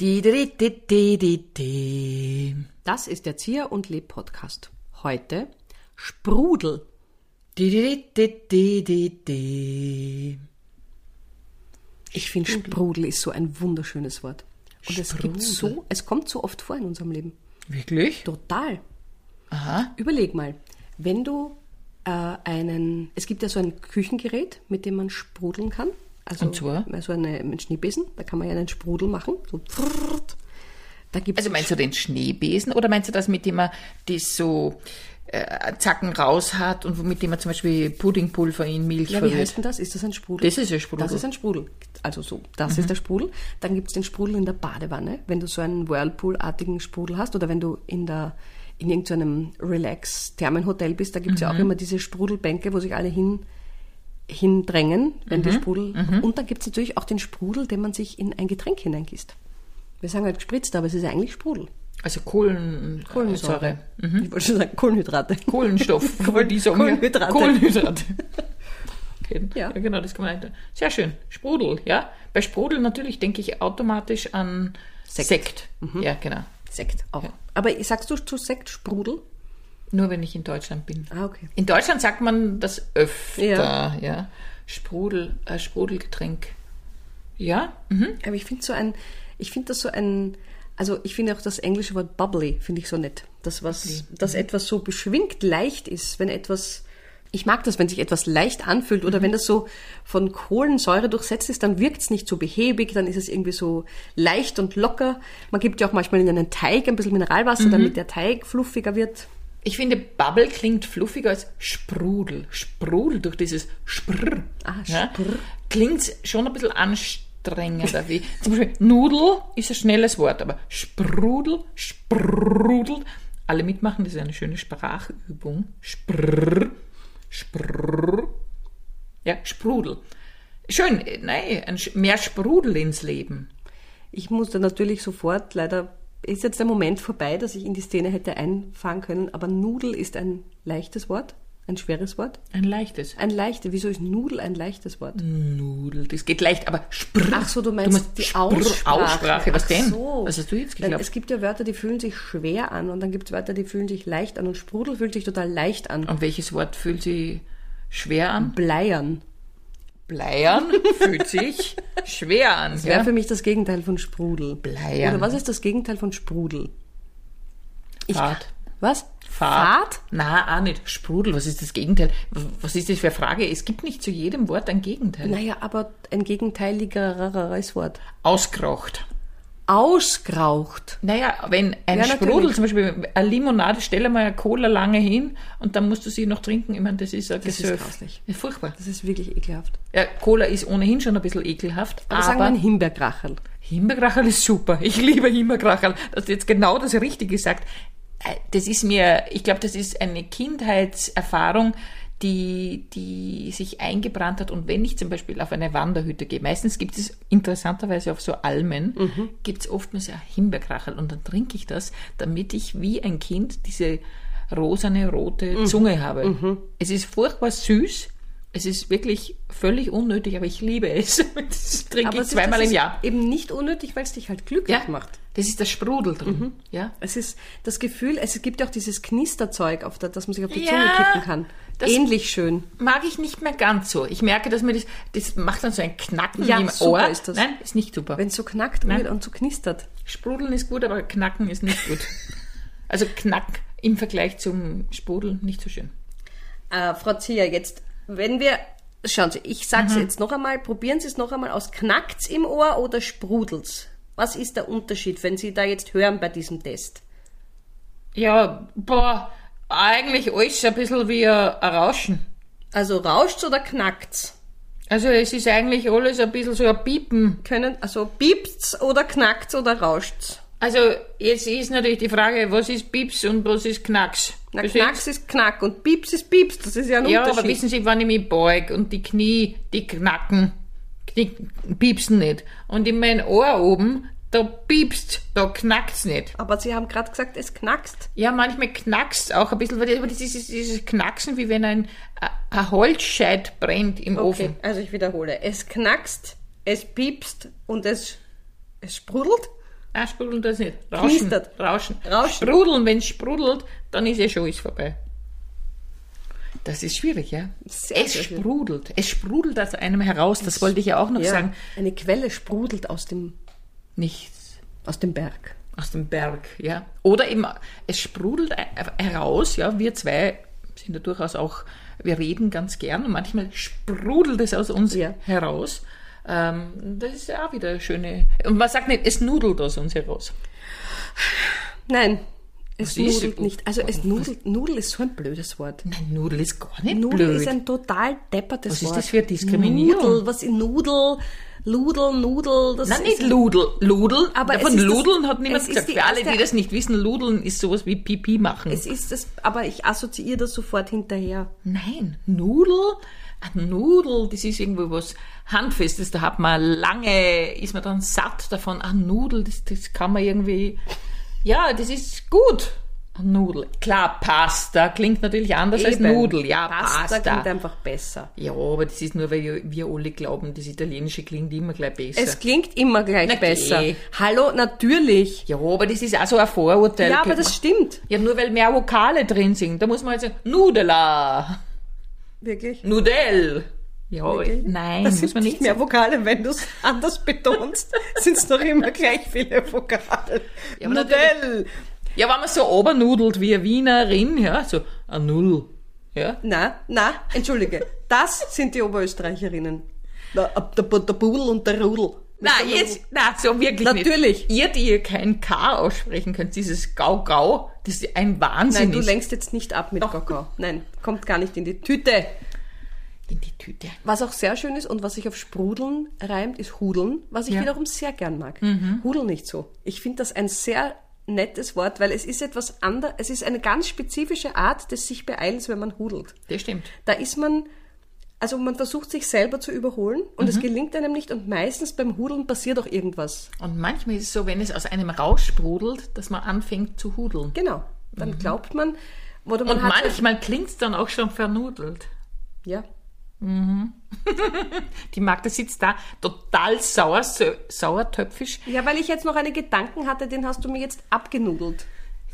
Di, di, di, di, di, di. Das ist der Zier- und Leb-Podcast. Heute Sprudel. Di, di, di, di, di, di. Ich finde, Sprudel ist so ein wunderschönes Wort. Und es gibt Sprudel. so, es kommt so oft vor in unserem Leben. Wirklich? Total. Aha. Überleg mal, wenn du äh, einen, es gibt ja so ein Küchengerät, mit dem man sprudeln kann. Also Und zwar? so eine, einen Schneebesen, da kann man ja einen Sprudel machen. So prrrt. da gibt's Also meinst du den Schneebesen oder meinst du das, mit dem man die so äh, Zacken raus hat und mit dem man zum Beispiel Puddingpulver in Milch ja, wie verrührt? heißt denn das? Ist das ein Sprudel? Das ist ein Sprudel. Das ist ein Sprudel. Also so, das ist der Sprudel. Dann gibt es den Sprudel in der Badewanne, wenn du so einen Whirlpool-artigen Sprudel hast oder wenn du in der in irgendeinem Relax-Thermenhotel bist, da gibt es ja auch immer diese Sprudelbänke, wo sich alle hin, hindrängen, wenn die Sprudel. Und dann gibt es natürlich auch den Sprudel, den man sich in ein Getränk hineingießt. Wir sagen halt gespritzt, aber es ist eigentlich Sprudel. Also Kohlen, Kohlensäure. Ich wollte schon sagen, Kohlenhydrate. Kohlenstoff, wollte ich sagen. ja. Kohlenhydrate. Kohlenhydrate. Okay. Ja. Ja. genau, das kann man nicht. Sehr schön. Sprudel, ja. Bei Sprudel natürlich denke ich automatisch an Sekt. Ja, genau. Sekt auch. Aber sagst du zu Sekt Sprudel? Nur wenn ich in Deutschland bin. Ah, okay. In Deutschland sagt man das öfter, Ja. ja. Sprudel, äh, Sprudelgetränk. Ja, mhm. Aber ich finde so ein, ich finde das so ein, also ich finde auch das englische Wort bubbly finde ich so nett. Das was, dass etwas so beschwingt leicht ist, wenn etwas, ich mag das, wenn sich etwas leicht anfühlt oder wenn das so von Kohlensäure durchsetzt ist, dann wirkt es nicht so behäbig, dann ist es irgendwie so leicht und locker. Man gibt ja auch manchmal in einen Teig ein bisschen Mineralwasser, damit der Teig fluffiger wird. Ich finde, Bubble klingt fluffiger als Sprudel. Sprudel durch dieses Sprr. Ah, ja, Sprr. Klingt schon ein bisschen anstrengender. wie, zum Beispiel Nudel ist ein schnelles Wort, aber Sprudel, Sprudel. Alle mitmachen, das ist eine schöne Sprachübung. Sprr, Sprr. Ja, Sprudel. Schön, äh, nein, ein, Sch- mehr Sprudel ins Leben. Ich musste natürlich sofort, leider ist jetzt der Moment vorbei, dass ich in die Szene hätte einfahren können, aber Nudel ist ein leichtes Wort, ein schweres Wort. Ein leichtes. Ein leichtes, wieso ist Nudel ein leichtes Wort? Hm. Nudel, das geht leicht, aber Sprr. Ach so, du meinst musst die Sprr- Aussprache. Aussprache, was Ach denn? So. Was hast du jetzt Nein, geglaubt? Es gibt ja Wörter, die fühlen sich schwer an und dann gibt es Wörter, die fühlen sich leicht an und Sprudel fühlt sich total leicht an. Und welches Wort fühlt sie schwer an? Bleiern Bleiern fühlt sich schwer an. wäre Ja? für mich das Gegenteil von Sprudel. Bleiern. Oder was ist das Gegenteil von Sprudel? Ich- Fahrt. Was? Fahrt? Na, auch nicht. Sprudel, was ist das Gegenteil? W- Was ist das für eine Frage? Es gibt nicht zu jedem Wort ein Gegenteil. Naja, aber ein gegenteiligeres Wort. Ausgeraucht. Ausgeraucht. Naja, wenn ein Ja, natürlich. Sprudel, zum Beispiel eine Limonade, stell einmal eine Cola lange hin und dann musst du sie noch trinken. Ich meine, das ist ein Das ist Gesöff. grauslich. Ja, furchtbar. Das ist wirklich ekelhaft. Ja, Cola ist ohnehin schon ein bisschen ekelhaft, Aber, sagen wir ein Himbeerkracherl. Himbeerkracherl ist super. Ich liebe Himbeerkracherl. Dass du jetzt genau das Richtige sagst. Äh, Das ist mir, ich glaube, das ist eine Kindheitserfahrung, die, die sich eingebrannt hat. Und wenn ich zum Beispiel auf eine Wanderhütte gehe, meistens gibt es interessanterweise auf so Almen, Mhm. gibt es oftmals ein Himbeerkracherl. Und dann trinke ich das, damit ich wie ein Kind diese rosane, rote Mhm. Zunge habe. Es ist furchtbar süß. Es ist wirklich völlig unnötig, aber ich liebe es. Das trinke ich es ist- zweimal das im ist Jahr. Eben nicht unnötig, weil es dich halt glücklich macht. Das ist der Sprudel drin. Ja. Es ist das Gefühl, es gibt ja auch dieses Knisterzeug, auf der, das man sich auf die Ja, Zunge kippen kann. das- Ähnlich schön. Mag ich nicht mehr ganz so. Ich merke, dass mir das, das macht dann so ein Knacken Ja, im super Ohr. ist das. Nein, ist nicht super. Wenn es so knackt Nein. und so knistert. Sprudeln ist gut, aber Knacken ist nicht gut. also Knack im Vergleich zum Sprudeln nicht so schön. Äh, Frau Zier, jetzt, wenn wir. Schauen Sie, ich Mhm. sage es jetzt noch einmal, probieren Sie es noch einmal aus. Knackt's im Ohr oder sprudelt's? Was ist der Unterschied, wenn Sie da jetzt hören bei diesem Test? Ja, boah, eigentlich alles ein bisschen wie ein ein Rauschen. Also rauscht's oder knackt's? Also es ist eigentlich alles ein bisschen so ein Piepen. Können, also piept's oder knackt's oder rauscht's? Also jetzt ist natürlich die Frage, was ist Pieps und was ist Knacks? Na, Das ist- knacks ist Knack und Pieps ist Pieps, das ist ja ein Ja, Unterschied. aber wissen Sie, wann ich mich beug und die Knie, die knacken, die piepsen nicht. Und in mein Ohr oben, da piepst, da knackt's nicht. aber Sie haben gerade gesagt, es knackst. Ja, manchmal knackst auch ein bisschen, weil das- aber das ist dieses Knacksen, wie wenn ein, ein Holzscheit brennt im Okay, Ofen. also ich wiederhole. Es knackst, es piepst und es, es sprudelt. Ah, sprudeln das nicht. Rauschen. Knistert. Rauschen. Rauschen. Sprudeln, wenn es sprudelt, dann ist ja schon alles vorbei. Das ist schwierig, ja. Sehr, es sehr schwierig. sprudelt. Es sprudelt aus einem heraus. Das wollte ich ja auch noch Ja, sagen. eine Quelle sprudelt aus dem, Nichts. aus dem Berg. Aus dem Berg, ja. Oder eben, es sprudelt e- heraus, ja. Wir zwei sind ja durchaus auch, wir reden ganz gern und manchmal sprudelt es aus uns Ja. heraus. Ähm, das ist ja auch wieder eine schöne. Und man sagt nicht, es nudelt aus uns heraus. Nein, es Was ist- nudelt nicht. Also es nudelt, Nudel ist so ein blödes Wort. Nein, Nudel ist gar nicht Nudel blöd. ist ein total deppertes Was ist Wort. das für Diskriminierung? Nudel, was in Nudel, Ludel, Nudel, das Nein, ist nicht Ludel. Ludel, Aber aber es von ist das- Ludeln hat es niemand ist gesagt. die Für alle, die erste- das nicht wissen, Ludeln ist sowas wie Pipi machen. Es ist das, aber ich assoziiere das sofort hinterher. Nein, Nudel, ein Nudel, das ist irgendwo was Handfestes, da hat man lange, ist man dann satt davon, ein Nudel, das, das kann man irgendwie, ja, das ist gut, ein Nudel. Klar, Pasta klingt natürlich anders als Eben. Nudel, ja, Pasta, Pasta. klingt einfach besser. ja, aber das ist nur, weil wir- wir alle glauben, das Italienische klingt immer gleich besser. Es klingt immer gleich Na, besser. geh. Hallo, natürlich. ja, aber das ist auch so ein Vorurteil. Ja, aber das stimmt. Ja, nur weil mehr Vokale drin sind. Da muss man halt sagen, Nudela, Wirklich. Nudel. Ja, Wirklich? nein, das muss sind man nicht nicht mehr Vokale, wenn du es anders betonst, sind es noch immer gleich viele Vokale. Ja, aber Modell. Ja, wenn man so obernudelt wie eine Wienerin, ja, so ein Null. Ja. Na, na, entschuldige. Das sind die Oberösterreicherinnen. Der, der, der Budel und der Rudel. Nein, jetzt, nein, so wirklich Natürlich. nicht. Ihr, die ihr kein K aussprechen könnt, dieses Gau-Gau, das ist ein Wahnsinn. Nein, du ist. lenkst jetzt nicht ab mit Kakao. Nein, kommt gar nicht in die Tüte. In die Tüte. Was auch sehr schön ist und was sich auf Sprudeln reimt, ist Hudeln, was ich Ja. Mhm. wiederum sehr gern mag. Hudeln nicht so. Ich finde das ein sehr nettes Wort, weil es ist etwas anderes, es ist eine ganz spezifische Art des sich Beeilens, wenn man hudelt. Das stimmt. Da ist man, also man versucht sich selber zu überholen und Mhm. es gelingt einem nicht und meistens beim Hudeln passiert auch irgendwas. Und manchmal ist es so, wenn es aus einem raussprudelt, dass man anfängt zu hudeln. Genau. Dann glaubt man, oder man Mhm. Und hat halt, manchmal klingt's dann auch schon vernudelt. ja, Die Magda sitzt da total sauer, sö- sauertöpfisch. ja, weil ich jetzt noch einen Gedanken hatte, den hast du mir jetzt abgenudelt.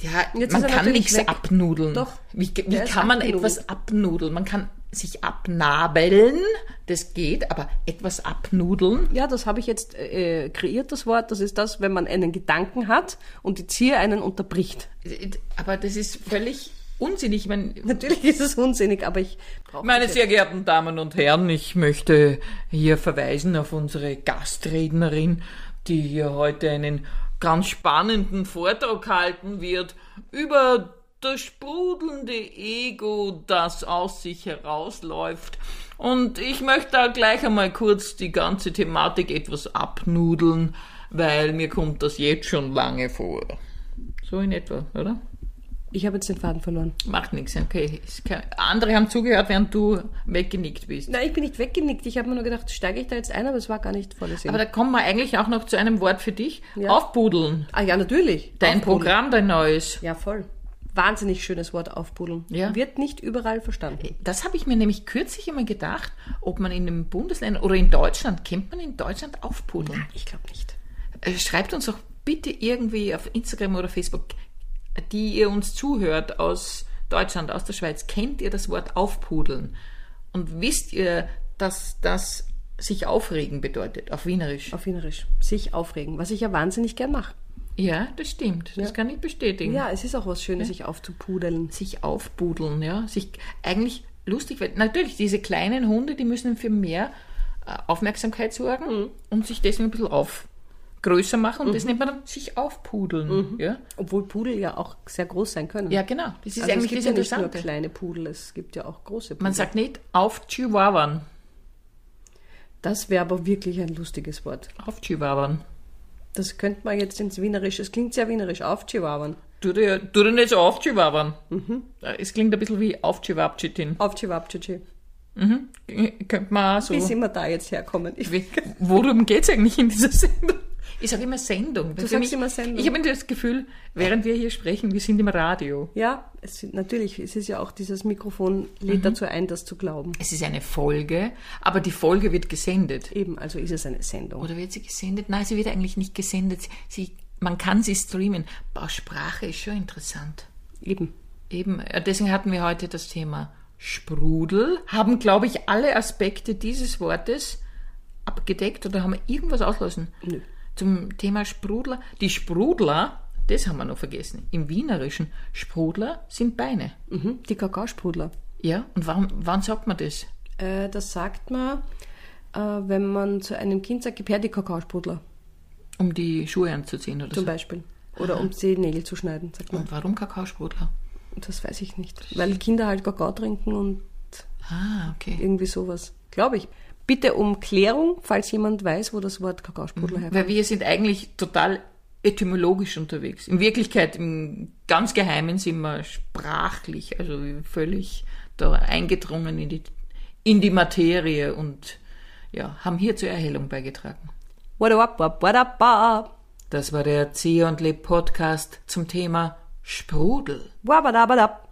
Ja, Jetzt man ist er kann natürlich nichts weg. abnudeln. Doch, Wie, wie er ist kann man abgenudelt. etwas abnudeln? Man kann sich abnabeln, das geht, aber etwas abnudeln. Ja, das habe ich jetzt äh, kreiert, das Wort. Das ist das, wenn man einen Gedanken hat und die Zier einen unterbricht. äh, Aber das ist völlig unsinnig. Ich meine, Natürlich ist es unsinnig, aber ich brauche Meine sehr geehrten Damen und Herren, ich möchte hier verweisen auf unsere Gastrednerin, die hier heute einen ganz spannenden Vortrag halten wird über das sprudelnde Ego, das aus sich herausläuft. Und ich möchte da gleich einmal kurz die ganze Thematik etwas abnudeln, weil mir kommt das jetzt schon lange vor. So in etwa, oder? Ich habe jetzt den Faden verloren. Macht nichts, okay. Ist kein- Andere haben zugehört, während du weggenickt bist. Nein, ich bin nicht weggenickt. Ich habe mir nur gedacht, steige ich da jetzt ein, aber es war gar nicht vorgesehen. Aber da kommen wir eigentlich auch noch zu einem Wort für dich. Ja. Aufbudeln. ah ja, natürlich. Dein Aufpudeln. Programm, dein neues. Ja, voll. Wahnsinnig schönes Wort aufpudeln. Ja. Wird nicht überall verstanden. Das habe ich mir nämlich kürzlich immer gedacht, ob man in den Bundesländern oder in Deutschland, kennt man in Deutschland aufpudeln? Ich glaube nicht. Äh, Schreibt uns doch bitte irgendwie auf Instagram oder Facebook, die ihr uns zuhört aus Deutschland, aus der Schweiz, kennt ihr das Wort aufpudeln? Und wisst ihr, dass das sich aufregen bedeutet, auf Wienerisch? Auf Wienerisch. Sich aufregen, was ich ja wahnsinnig gern mache. Ja, das stimmt. Das kann ich bestätigen. Ja, es ist auch was Schönes, sich aufzupudeln. sich aufbudeln, ja, sich eigentlich lustig werden. Natürlich, diese kleinen Hunde, die müssen für mehr äh, Aufmerksamkeit sorgen und sich deswegen ein bisschen auf größer machen und das nennt man dann sich aufpudeln, ja. Obwohl Pudel ja auch sehr groß sein können. Ja, genau. Das ist Also es eigentlich gibt das ja nicht nur Interessante. kleine Pudel, es gibt ja auch große Pudel. Man sagt nicht auf Chihuahuan, das wäre aber wirklich ein lustiges Wort. auf Chihuahuan. Das könnte man jetzt ins Wienerische, es klingt sehr wienerisch, auf Chihuahuan. Tu dir, tu dir nicht so auf Chihuahuan. Äh, Es klingt ein bisschen wie auf Chihuahuan. Auf Chihuahua. Mhm. Könnte man auch so. Wie sind wir da jetzt herkommen? Ich, Wie- Worum geht's eigentlich in dieser Sendung? Ich sage immer Sendung. Du sagst immer Sendung. Ich habe das Gefühl, während wir hier sprechen, wir sind im Radio. ja, es, sind- natürlich, es ist ja auch dieses Mikrofon Mhm. lädt dazu ein, das zu glauben. Es ist eine Folge, aber die Folge wird gesendet. Eben, also ist es eine Sendung. Oder wird sie gesendet? Nein, sie wird eigentlich nicht gesendet. Sie man kann sie streamen. Boah, Sprache ist schon interessant. Eben. Eben, äh, deswegen hatten wir heute das Thema Sprudel. Haben, glaube ich, alle Aspekte dieses Wortes abgedeckt oder haben wir irgendwas auslassen? Nö. Zum Thema Sprudler. Die Sprudler, das haben wir noch vergessen. Im Wienerischen, Sprudler sind Beine. Mhm. Die Kakaosprudler. Ja, und warum, wann sagt man das? Äh, das sagt man, äh, wenn man zu einem Kind sagt, gib her die Kakaosprudler Um die Schuhe anzuziehen oder zum so? Beispiel. Oder um die Nägel zu schneiden, sagt man. Und warum Kakaosprudler? Das weiß ich nicht. Weil Kinder halt Kakao trinken und Ah, okay. irgendwie sowas. Glaube ich. Bitte um Klärung, falls jemand weiß, wo das Wort Kakaosprudler herkommt. Weil wir sind eigentlich total etymologisch unterwegs. In Wirklichkeit, im ganz Geheimen sind wir sprachlich, also völlig da eingedrungen in die, in die Materie und ja, haben hier zur Erhellung beigetragen. What up, up, what up, up. Das war der Zieh und Leb Podcast zum Thema Sprudel. Wabadabadab.